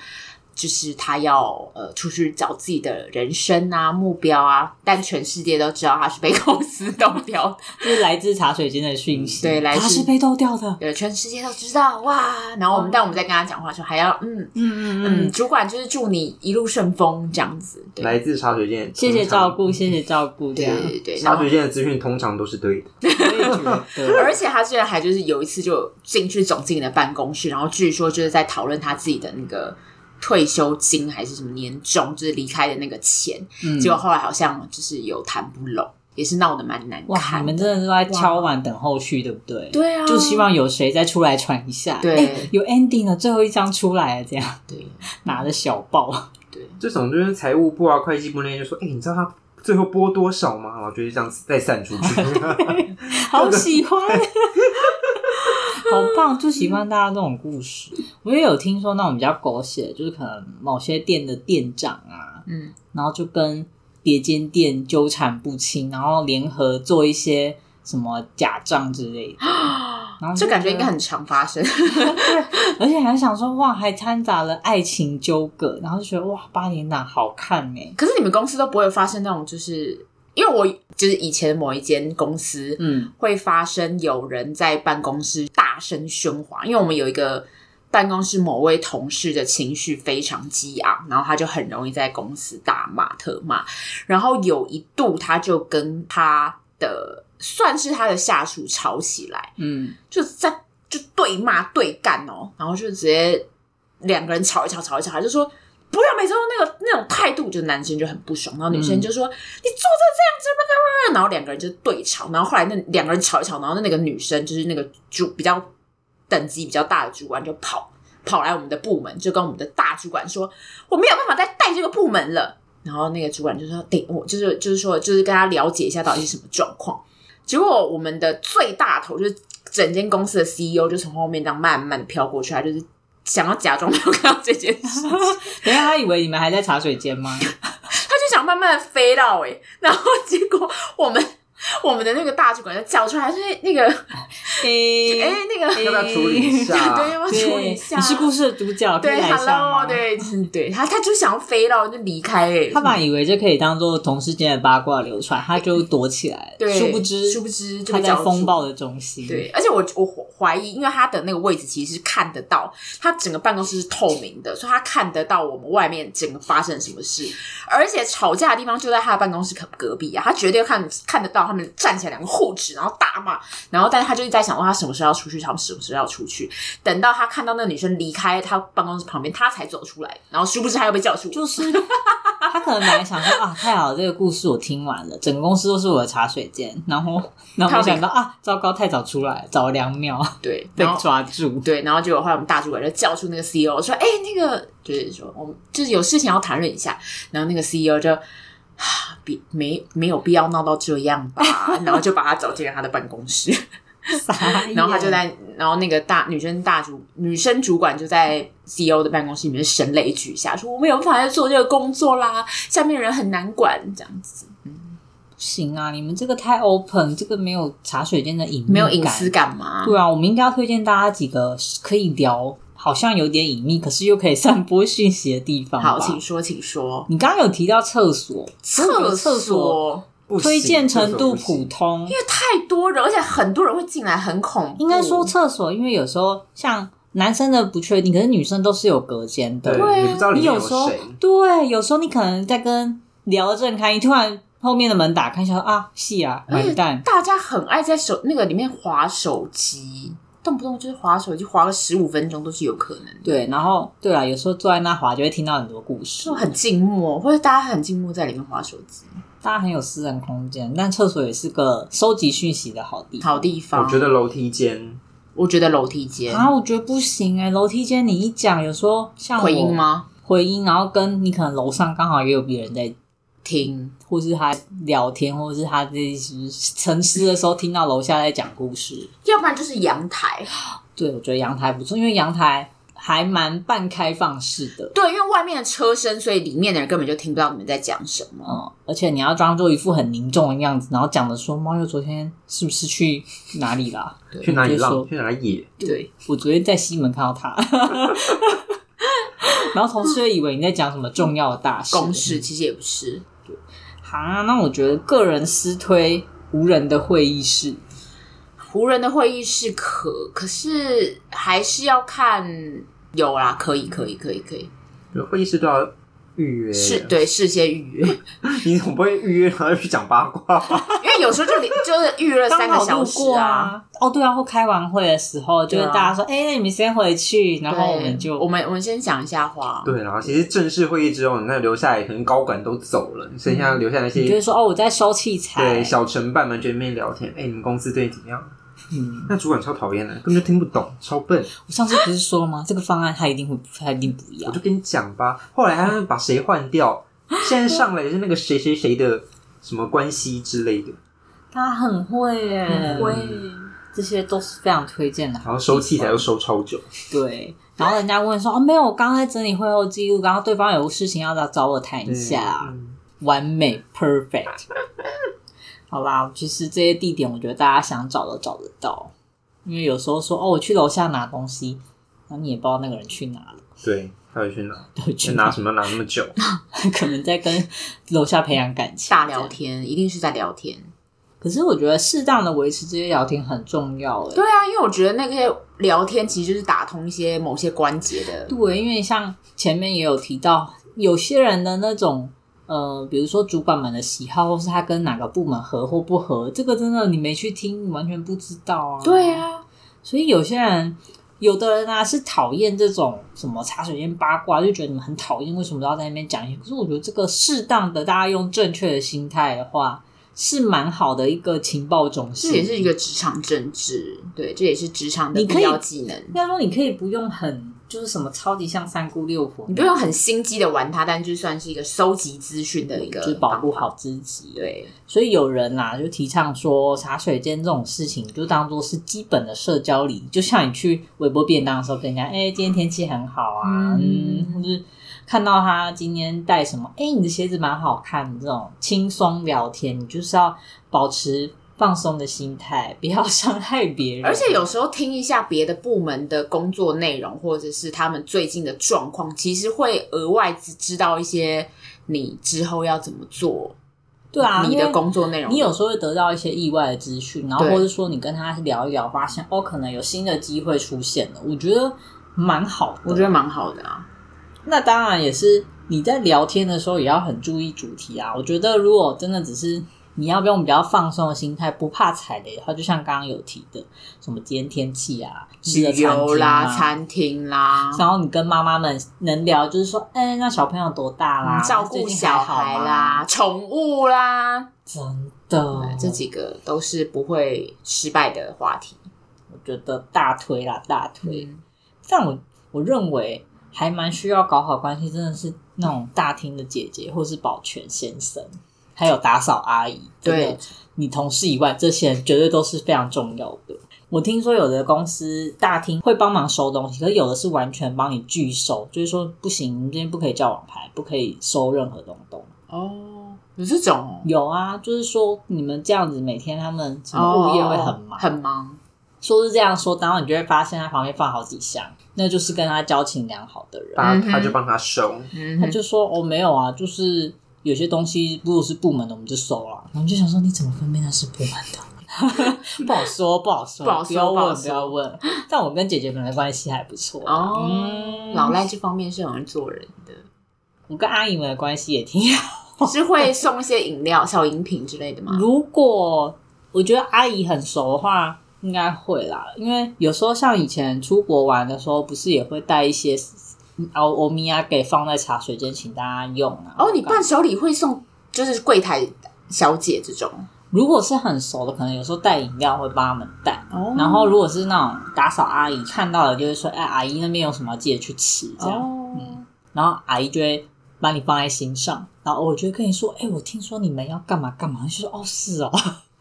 Speaker 2: 就是他要呃出去找自己的人生啊目标啊，但全世界都知道他是被公司斗掉的。
Speaker 1: 这是来自茶水间的讯息，
Speaker 2: 对来自
Speaker 1: 他是被斗掉的，
Speaker 2: 对，全世界都知道哇。然后我们，但我们在跟他讲话的时候，还要嗯
Speaker 1: 嗯
Speaker 2: 嗯，，主管就是祝你一路顺风这样子。对
Speaker 3: 来自茶水间，
Speaker 1: 谢谢照
Speaker 3: 通
Speaker 1: 顾，谢谢照顾，这
Speaker 2: 对啊
Speaker 1: 样
Speaker 2: 对对对，然
Speaker 3: 常。茶
Speaker 2: 后
Speaker 3: 水。间的资讯通常都是对的，
Speaker 1: 我也觉 得，
Speaker 2: 而且他居然还就是有一次就进去总经理的办公室，然后据说就是在讨论他自己的那个退休金还是什么年终，就是离开的那个钱。
Speaker 1: 嗯
Speaker 2: 结果后来好像就是有谈不拢，也是闹得蛮难
Speaker 1: 哇，
Speaker 2: 看
Speaker 1: 你
Speaker 2: 的。
Speaker 1: 们真的是在敲碗等后续，对不对？
Speaker 2: 对啊，
Speaker 1: 就希望有谁再出来传一下，
Speaker 2: 对
Speaker 1: 哎有 ending 了，最后一张出来了，这样
Speaker 2: 对
Speaker 1: 拿着小报，
Speaker 2: 对
Speaker 3: 这种就是财务部啊、会计部那些就说，哎、你知道他最后拨多少吗？然后就是这样子再散出去。
Speaker 1: 好喜欢，好棒，就喜欢大家这种故事。我也有听说那种比较狗血，就是可能某些店的店长啊，
Speaker 2: 嗯，
Speaker 1: 然后就跟别间店纠缠不清，然后联合做一些什么假账之类的，然后
Speaker 2: 啊这
Speaker 1: 就
Speaker 2: 感觉
Speaker 1: 觉
Speaker 2: 应该
Speaker 1: 得
Speaker 2: 很常发生。
Speaker 1: 而且还想说哇，还掺杂了爱情纠葛，然后就觉得哇，八点档好看呢、
Speaker 2: 可是你们公司都不会发生那种，就是因为我就是以前某一间公司，
Speaker 1: 嗯，
Speaker 2: 会发生有人在办公室大声喧哗，因为我们有一个办公室某位同事的情绪非常激昂，然后他就很容易在公司大骂特骂，然后有一度他就跟他的算是他的下属吵起来，
Speaker 1: 嗯，
Speaker 2: 就是在就对骂对干哦，然后就直接两个人吵一吵吵一吵，他就说。不要每次都那个那种态度，就男生就很不爽，然后女生就说、你做成这样子，叭叭叭然后两个人就对吵，然后后来那两个人吵一吵，然后那个女生就是那个主比较等级比较大的主管就跑跑来我们的部门，就跟我们的大主管说我没有办法再带这个部门了，然后那个主管就说得我就是就是说就是跟他了解一下到底是什么状况，结果我们的最大头就是整间公司的 CEO 就从后面这样慢慢的飘过去，他就是想要假装没有看到这件 事，他
Speaker 1: 等一下他以为你们还在茶水间吗？
Speaker 2: 就想慢慢的飞到 哎、欸然后结果我们。我们的那个大主管就叫出来，就是那个
Speaker 1: 诶
Speaker 2: 哎，那个
Speaker 3: 要不要处理一下？
Speaker 2: 对，要不要
Speaker 1: 啊对
Speaker 2: 处理一下？
Speaker 1: 你是故事的主角，可以
Speaker 2: 对
Speaker 1: 来一下
Speaker 2: ，Hello，
Speaker 1: 吗？
Speaker 2: 对，嗯对他他就想要飞了，就离开哎，
Speaker 1: 他本来以为这可以当做同事间的八卦流传，他就躲起来了。
Speaker 2: 对，
Speaker 1: 殊不知，
Speaker 2: 殊不知就
Speaker 1: 他
Speaker 2: 被
Speaker 1: 在
Speaker 2: 叫
Speaker 1: 风
Speaker 2: 住
Speaker 1: 暴的中心。
Speaker 2: 对，而且我我怀疑，因为他的那个位置其实是看得到，他整个办公室是透明的，所以他看得到我们外面整个发生什么事。而且吵架的地方就在他的办公室隔隔壁啊，他绝对看看得到他们站起来两个互指，然后大骂，然后但是他就是在想说他什么时候要出去，他们什么时候要出去。等到他看到那个女生离开他办公室旁边，他才走出来，然后殊不知他又被叫住。
Speaker 1: 就是他可能本来想说啊，太好了，这个故事我听完了，整个公司都是我的茶水间。然后，然后没想到啊，糟糕，太早出来了，早了两秒
Speaker 2: 对，
Speaker 1: 被
Speaker 2: 然后
Speaker 1: 抓住。
Speaker 2: 对，然后结果后来我们大主管就叫住那个 CEO 说：“哎、那个就是说我们就是有事情要谈论一下。”然后那个 CEO 就啊，比没没有必要闹到这样吧，然后就把他找进了他的办 公室，
Speaker 1: 傻眼
Speaker 2: 然后他就在，然后那个大女生大主女生主管就在 CEO 的办公室里面声泪俱下，说：“我没有办法再做这个工作啦，下面人很难管。”这样子
Speaker 1: 不 行啊，你们这个太 open，这个没有茶水间的隐秘
Speaker 2: 没有隐私。感吗？
Speaker 1: 对啊，我们应该要推荐大家几个可以聊，好像有点隐秘，可是又可以散播讯息的地方吧。
Speaker 2: 好，请说，请说。
Speaker 1: 你刚刚有提到厕所，
Speaker 2: 厕
Speaker 1: 厕所
Speaker 2: 所
Speaker 3: 不行
Speaker 1: 推荐程度
Speaker 3: 厕所不
Speaker 1: 普
Speaker 3: 行
Speaker 1: 通，
Speaker 2: 因为太多人，而且很多人会进来，很恐怖。
Speaker 1: 应该说厕所，因为有时候像男生的不确定，可是女生都是有隔间的。
Speaker 2: 对啊
Speaker 3: 对，你不知道里
Speaker 1: 你
Speaker 3: 面
Speaker 1: 有
Speaker 3: 有
Speaker 1: 时候
Speaker 3: 谁。
Speaker 1: 对，有时候你可能在跟聊得正开心，突然后面的门打开，想说啊，戏啊，
Speaker 2: 而且
Speaker 1: 完蛋。
Speaker 2: 大家很爱在手那个里面划手机，动不动就是划手机，划个十五分钟都是有可能的。，
Speaker 1: 对，然后对啊，有时候坐在那滑，就会听到很多故事
Speaker 2: 就。哦很静默，或者大家很静默在里面划手机，
Speaker 1: 大家很有私人空间，但厕所也是个收集讯息的好地方。
Speaker 2: 好地方。
Speaker 3: 我觉，得楼梯间
Speaker 2: 我觉得楼梯间、
Speaker 1: 啊，我觉得不行哎、楼梯间你一讲，有时候像我
Speaker 2: 回音？
Speaker 3: 啊
Speaker 2: 吗？
Speaker 1: 回音，然后跟你可能楼上刚好也有别人在
Speaker 2: 听，
Speaker 1: 或是他聊天，或是他这沉思的时候听到楼下在讲故事。
Speaker 2: 要不然就是阳台。
Speaker 1: 对，我觉得阳台不错，因为阳台还蛮半开放式的，
Speaker 2: 对，因为外面的车声，所以里面的人根本就听不到你们在讲什么。
Speaker 1: 嗯，而且你要装作一副很凝重的样子，然后讲的说猫又昨天是不是去哪里啦？
Speaker 3: 去哪里
Speaker 1: 就
Speaker 3: 浪，
Speaker 1: 说
Speaker 3: 去哪里野，
Speaker 2: 对，
Speaker 1: 我昨天在西门看到他。然后同事会以为你在讲什么重要的大 事。
Speaker 2: 公事其实也不是。
Speaker 1: 啊，那我觉得个人私推无人的会议室，
Speaker 2: 湖人的会议室可，可是还是要看有啦，可以，可以，可以，可以，
Speaker 3: 就会议室都要预约。
Speaker 2: 是，对，事先预约。
Speaker 3: 你总不会预约然后去讲八卦 吧？
Speaker 2: 因为有时候就连就是预约了三
Speaker 1: 刚
Speaker 2: 个
Speaker 1: 好
Speaker 2: 小
Speaker 1: 路
Speaker 2: 时
Speaker 1: 过
Speaker 2: 啊。
Speaker 1: 啊。哦，对啊，或开完会的时候，就是
Speaker 2: 对啊
Speaker 1: 大家说，哎、那你们先回去，然后
Speaker 2: 对
Speaker 1: 我们就
Speaker 2: 我们我们先讲一下话，
Speaker 3: 对，然后其实正式会议之后，那留下来可能高管都走了，剩下留下那
Speaker 1: 你就会
Speaker 3: 些
Speaker 1: 说，哦，我在收器材。
Speaker 3: 对小承办们就在那边聊天。哎，你们公司最近怎么样？
Speaker 1: 嗯，
Speaker 3: 那主管超讨厌的，根本就听不懂，超笨。
Speaker 1: 我上次不是啊说了吗？这个方案他一定会，他一定不要
Speaker 3: 我就。跟你讲吧，后来他们把谁换 掉，现在上来的是那个谁谁谁的什么关系之类的，
Speaker 1: 他很会耶，
Speaker 3: 很会
Speaker 1: 嗯这些都是非常推荐的。
Speaker 3: 然后收器材又收超久。
Speaker 1: 对，然后人家问说，哦，没有，我刚刚在整理会后记录，然后对方有事情要找找我谈一下，
Speaker 3: 嗯
Speaker 1: 完美 perfect。好啦，其实这些地点，我觉得大家想找都找得到，因为有时候说，哦，我去楼下拿东西，那你也不知道那个人去哪了，
Speaker 3: 对，他会去拿，
Speaker 1: 对，去
Speaker 3: 去
Speaker 1: 哪
Speaker 3: 拿什么拿那么久？
Speaker 1: 可能在跟楼下培养感情，
Speaker 2: 大聊。天一定是在聊天。
Speaker 1: 可是我觉得适当的维持这些聊天很重要、欸，
Speaker 2: 对啊，因为我觉得那些聊天其实就是打通一些某些关节的。
Speaker 1: 对，因为像前面也有提到，有些人的那种呃，比如说主管们的喜好，或是他跟哪个部门合或不合，这个真的你没去听，你完全不知道啊。
Speaker 2: 对，啊，
Speaker 1: 所以有些人。有的人啊是讨厌这种什么茶水间八卦，就觉得你们很讨厌，为什么都要在那边讲一些？可是我觉得这个适当的，大家用正确的心态的话，是蛮好的一个情报中
Speaker 2: 这
Speaker 1: 心。
Speaker 2: 也是一个职场政治，对，这也是职场的
Speaker 1: 你可
Speaker 2: 必
Speaker 1: 以
Speaker 2: 要技能。
Speaker 1: 应该说，你可以不用很就是什么超级像三姑六婆那样，
Speaker 2: 你不用很心机的玩它，但就算是一个收集资讯的一个
Speaker 1: 就是保护
Speaker 2: 方法。
Speaker 1: 好自己。啊
Speaker 2: 对，
Speaker 1: 所以有人啊啦、就提倡说，茶水间这种事情就当做是基本的社交礼仪，就像你去微波便当的时候跟人家，哎、今天天气很好啊，
Speaker 2: 嗯
Speaker 1: 嗯，或是看到他今天带什么，哎、你的鞋子蛮好看的，这种轻松聊天，你就是要保持放松的心态，不要 伤害别人。
Speaker 2: 而且有时候听一下别的部门的工作内容，或者是他们最近的状况，其实会额外知知道一些你之后要怎么做，
Speaker 1: 对啊，
Speaker 2: 你
Speaker 1: 因
Speaker 2: 的
Speaker 1: 为
Speaker 2: 工作内容。
Speaker 1: 你有时候会得到一些意外的资讯，然后
Speaker 2: 对
Speaker 1: 或者说你跟他聊一聊，发现哦，可能有新的机会出现了，我觉得蛮好的。
Speaker 2: 我觉得蛮好的啊。
Speaker 1: 那当然也是你在聊天的时候也要很注意主题啊。我觉得如果真的只是你要不要用比较放松的心态，不怕踩雷的话，就像刚刚有提的，什么今天天气啊，吃
Speaker 2: 旅
Speaker 1: 的餐啊
Speaker 2: 游
Speaker 1: 厅
Speaker 2: 啦、
Speaker 1: 啊。
Speaker 2: 餐厅啦，
Speaker 1: 然后你跟妈妈们能聊，就是说，哎、那小朋友多大啦？
Speaker 2: 嗯照
Speaker 1: 啊最
Speaker 2: 顾
Speaker 1: 近
Speaker 2: 小
Speaker 1: 还好
Speaker 2: 孩
Speaker 1: 吗哦
Speaker 2: 啦、宠物啦，
Speaker 1: 真的，
Speaker 2: 这几个都是不会失败的话题。
Speaker 1: 我觉得大推啦，大推。但我我认为还蛮需要搞好关系，真的是那种大厅的姐姐，或是保全先生，还有打扫阿姨，
Speaker 2: 对
Speaker 1: 真的，你同事以外，这些人绝对都是非常重要的。我听说有的公司大厅会帮忙收东西，可是有的是完全帮你拒收，就是说不行，你今天不可以叫网牌，不可以收任何东东。
Speaker 2: 哦，有这种哦
Speaker 1: 有啊，就是说你们这样子每天他们什么
Speaker 2: 哦，
Speaker 1: 物业会很忙，
Speaker 2: 很忙。
Speaker 1: 说是这样说，然后你就会发现他旁边放好几箱，那就是跟他交情良好的人。
Speaker 3: 他
Speaker 2: 嗯哼
Speaker 3: 他就帮他收，
Speaker 2: 嗯
Speaker 1: 他
Speaker 2: 哼，
Speaker 1: 就说：“哦，没有啊，就是有些东西如果是部门的，我们就收了。”我们就想说：“你怎么分辨那是部门的？” 不好说，不好说，
Speaker 2: 不好说
Speaker 1: 不要
Speaker 2: 不好
Speaker 1: 问，
Speaker 2: 说
Speaker 1: 不要问。但我跟姐姐本来关系还不错啊
Speaker 2: 哦
Speaker 1: 嗯
Speaker 2: 老赖这方面是很会做人的，
Speaker 1: 我跟阿姨们的关系也挺好。
Speaker 2: 是会送一些饮料、小饮品之类的吗？
Speaker 1: 如果我觉得阿姨很熟的话，应该会啦，因为有时候像以前出国玩的时候，不是也会带一些欧欧米亚给放在茶水间，请大家用啊。
Speaker 2: 哦，你
Speaker 1: 干嘛
Speaker 2: 伴手礼会送，就是柜台小姐这种
Speaker 1: 如果是很熟的，可能有时候带饮料会帮他们带。
Speaker 2: 哦
Speaker 1: 然后如果是那种打扫阿姨看到了，就会说：“哎，阿姨那边有什么，记得去吃。”这样，
Speaker 2: 哦，
Speaker 1: 然后阿姨就会把你放在心上。然后我就会跟你说：“哎，我听说你们要干嘛干嘛。”你就说：“哦，是哦。”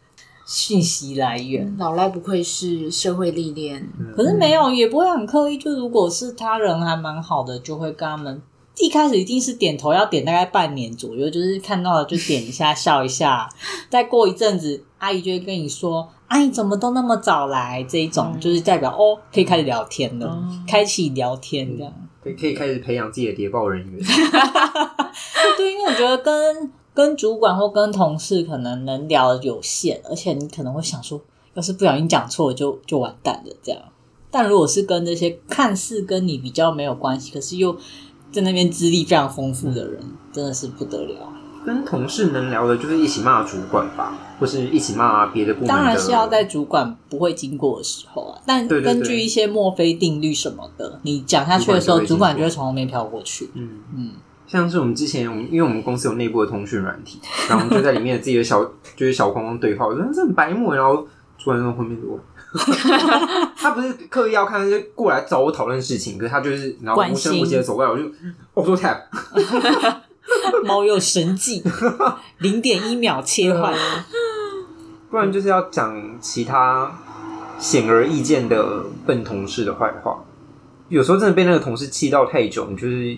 Speaker 1: 讯息来源，
Speaker 2: 老赖不愧是社会历 练，
Speaker 1: 可是没有，
Speaker 2: 嗯
Speaker 1: 也不会很刻意。就如果是他人还蛮好的，就会跟他们。一开始一定是点头，要点大概半年左右，就是看到了就点一下，笑一 下。再过一阵子，阿姨就会跟你说：“阿姨怎么都那么早来？”这一种、
Speaker 2: 嗯
Speaker 1: 就是代表哦，可以开始聊天了，
Speaker 2: 哦
Speaker 1: 开启聊天这样。
Speaker 3: 可以可以开始培养自己的谍报人 员。
Speaker 1: 对，因为我觉得跟跟主管或跟同事可能能聊的有限，而且你可能会想说，要是不小心讲错了就就完蛋了这样。但如果是跟这些看似跟你比较没有关系，可是又在那边资历非常丰富的人，真的是不得了。啊
Speaker 3: 跟同事能聊的，就是一起骂主管吧，或是一起骂别的部门的。
Speaker 1: 当然是要在主管不会经过的时候啊，但
Speaker 3: 对对对
Speaker 1: 根据一些墨菲定律什么的，你讲下去的时候，主
Speaker 3: 主
Speaker 1: 管
Speaker 3: 管
Speaker 1: 就
Speaker 3: 就
Speaker 1: 会
Speaker 3: 会经过
Speaker 1: 从后面飘过去。
Speaker 3: 嗯。
Speaker 1: 嗯，
Speaker 3: 像是我们之前，我们因为我们公司有内部的通讯软体，然后我们就在里面有自己的小 就是小框框对话，我说这很白目，然后主管在后 面说，他不是刻意要看，就过来找我讨论事情，可是他就是然后
Speaker 1: 关
Speaker 3: 无
Speaker 1: 心
Speaker 3: 声无息的走过来，我就哦我说 tap，
Speaker 1: 猫又神技，零点一秒切换。
Speaker 3: 不然就是要讲其他显而易见的笨同事的坏话。有时候真的被那个同事气到太久，你就是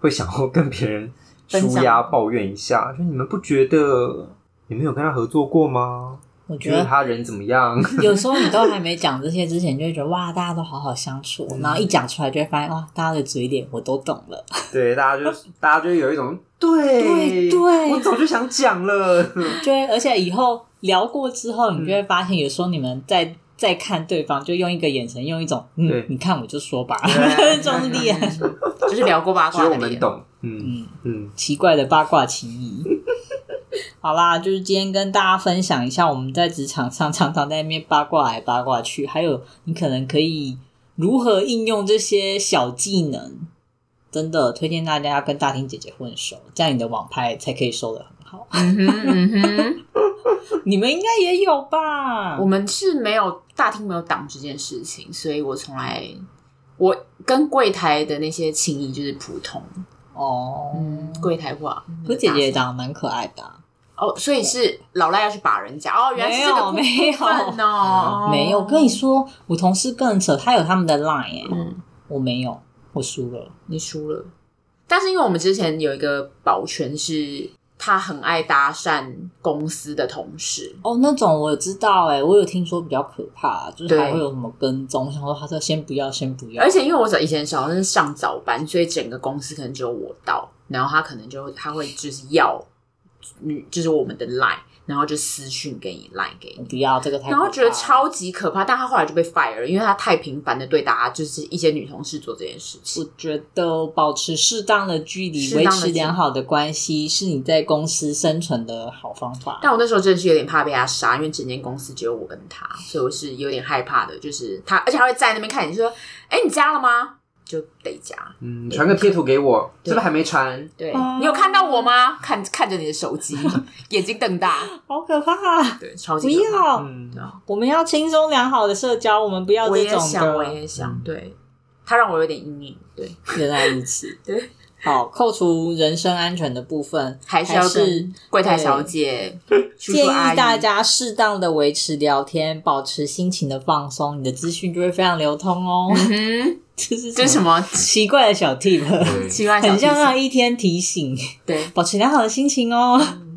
Speaker 3: 会想要跟别人
Speaker 2: 分
Speaker 3: 舒
Speaker 2: 享
Speaker 3: 压抱怨一下，就你们不觉得你们有跟他合作过吗？
Speaker 1: 我
Speaker 3: 觉
Speaker 1: 觉
Speaker 3: 得
Speaker 1: 得
Speaker 3: 他人怎么样？
Speaker 1: 有时候你都还没讲这些之前，就会觉得哇，大家都好好相处，然后一讲出来就会发现哇，大家的嘴脸我都懂了。
Speaker 3: 对，大家就大家就有一种对
Speaker 1: 对对
Speaker 3: 我早就想讲了。
Speaker 1: 就会而且以后聊过之后，你就会发现，有时候你们在在看对方，就用一个眼神，用一种嗯
Speaker 3: 对，
Speaker 1: 你看我就说吧，
Speaker 3: 对
Speaker 1: 这种脸，
Speaker 2: 就是聊过八
Speaker 3: 只
Speaker 2: 卦
Speaker 3: 有
Speaker 2: 的
Speaker 3: 我们
Speaker 2: 脸。
Speaker 3: 懂，嗯
Speaker 1: 嗯，
Speaker 3: 嗯，
Speaker 1: 奇怪的八卦情 谊。好啦，就是今天跟大家分享一下，我们在职场上常常在那边八卦来八卦去，还有你可能可以如何应用这些小技能。真的推荐大家要跟大婷姐姐混熟，这样你的网拍才可以收的很好。
Speaker 2: 嗯哼嗯
Speaker 1: 你们应该也有吧
Speaker 2: 哼，我？们是没有大厅没有挡这件事情，所以我从来我跟柜台的那些情谊就是普通，
Speaker 1: 哦，
Speaker 2: 嗯，柜台话。
Speaker 1: 可姐姐也长得蛮可爱的啊、
Speaker 2: 哦，所以是老赖要去把人家哦，原来是这个部
Speaker 1: 没有嗯
Speaker 2: 部分哦，
Speaker 1: 没有，我跟你说，我同事更扯，他有他们的 line 哎、
Speaker 2: 嗯，
Speaker 1: 我没有，我输了。
Speaker 2: 你输了。但是因为我们之前有一个保全是他很爱搭讪公司的同事。
Speaker 1: 哦，那种我知道哎、我有听说比较可怕，就是还
Speaker 2: 对
Speaker 1: 会有什么跟踪，想说他说先不要，先不要。
Speaker 2: 而且因为我以前小时候是上早班，所以整个公司可能只有我到，然后他可能就他会就是要，嗯，就是我们的 line，然后就私讯给你 line 给你。
Speaker 1: 不要这个哦太可怕
Speaker 2: 然
Speaker 1: 了，
Speaker 2: 后觉得超级可怕，但他后来就被 fire 了，因为他太频繁的对大家，就是一些女同事做这件事情。
Speaker 1: 我觉得保持适当的距离，
Speaker 2: 适
Speaker 1: 维
Speaker 2: 当的
Speaker 1: 持良好的关系，是你在公司生存的好方法。
Speaker 2: 但我那时候真的是有点怕被他杀，因为整间公司只有我跟他，所以我是有点害怕的。就是他，而且他会在那边看你说：“哎、你加了吗？”就得加。
Speaker 3: 嗯，传个贴图给我，是不是还没传？
Speaker 2: 对、
Speaker 1: 哦
Speaker 2: 你有看到我吗？看看着你的手机， 眼睛 瞪大，
Speaker 1: 好可怕！
Speaker 2: 对，超级
Speaker 1: 不
Speaker 2: 可怕
Speaker 1: 要，
Speaker 3: 嗯，
Speaker 1: 我们要轻松良好的社交，我们不要
Speaker 2: 我
Speaker 1: 这
Speaker 2: 也
Speaker 1: 种
Speaker 2: 想，我
Speaker 1: 的。
Speaker 2: 也想
Speaker 3: 嗯，
Speaker 2: 对他让我有点阴影，对，
Speaker 1: 原来如此。
Speaker 2: 对，
Speaker 1: 好，扣除人身安全的部分，
Speaker 2: 还是要
Speaker 1: 是
Speaker 2: 跟柜台 小姐、叔
Speaker 1: 建
Speaker 2: 叔
Speaker 1: 议
Speaker 2: 阿姨
Speaker 1: 大家适当的维持聊天，保持心情的放松，你的资讯就会非常流通哦。
Speaker 2: 嗯，
Speaker 1: 这是
Speaker 2: 这是什
Speaker 1: 么
Speaker 2: 么
Speaker 1: 奇怪的小 tip？
Speaker 3: 对
Speaker 2: 奇怪的 小
Speaker 1: 很
Speaker 2: 提
Speaker 1: 像啊
Speaker 2: 示？
Speaker 1: 让一天提醒，
Speaker 2: 对，
Speaker 1: 保持良好的心情哦。
Speaker 2: 嗯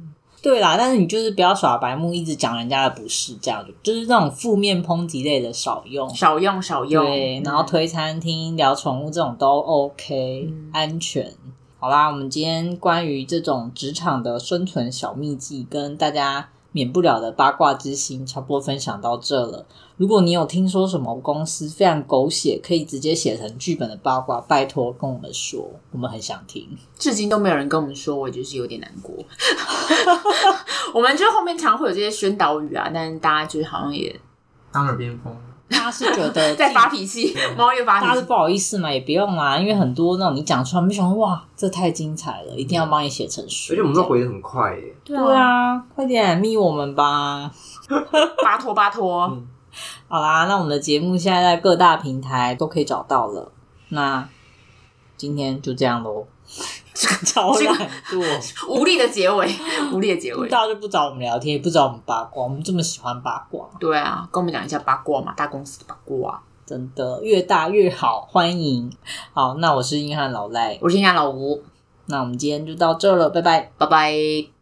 Speaker 1: 对啦，但是你就是不要耍白目，一直讲人家的不是，这样就就是那种负面抨击类的少用。
Speaker 2: 少用少用，
Speaker 1: 对，然后
Speaker 2: 嗯
Speaker 1: 推餐厅、聊宠物这种都 OK，、安全。好啦，我们今天关于这种职场的生存小秘籍，跟大家免不了的八卦之心，差不多分享到这了。如果你有听说什么公司非常狗血，可以直接写成剧本的八卦，拜托跟我们说，我们很想听。
Speaker 2: 至今都没有人跟我们说，我就是有点难过。我们就后面常会有这些宣导语啊，但是大家就是好像也
Speaker 3: 当耳边风。
Speaker 1: 大家是觉得
Speaker 2: 在发
Speaker 1: 自己。
Speaker 2: 脾气，嗯猫又发
Speaker 1: 大家
Speaker 2: 脾
Speaker 1: 是
Speaker 2: 气，
Speaker 1: 不好意思嘛，也不用啦，因为很多那种你讲出来，我们就想说哇，这太精彩了，一定要帮你写成书。
Speaker 3: 而且我们都回的很快耶，
Speaker 2: 对
Speaker 1: 对，啊，快点密我们吧。
Speaker 2: 巴托巴托。
Speaker 1: 好啦，那我们的节目现在在各大平台都可以找到了。那今天就这样喽，超懒惰，
Speaker 2: 无力的结尾，无力的结
Speaker 1: 不
Speaker 2: 尾
Speaker 1: 知。道就不找我们聊天，也不找我们八卦，我们这么喜欢八卦，
Speaker 2: 对啊，跟我们讲一下八卦嘛，大公司的八卦、
Speaker 1: 真的越大越好，欢迎。好，那我是硬汉老赖，
Speaker 2: 我是亚老吴，
Speaker 1: 那我们今天就到这了，拜拜。
Speaker 2: 拜拜。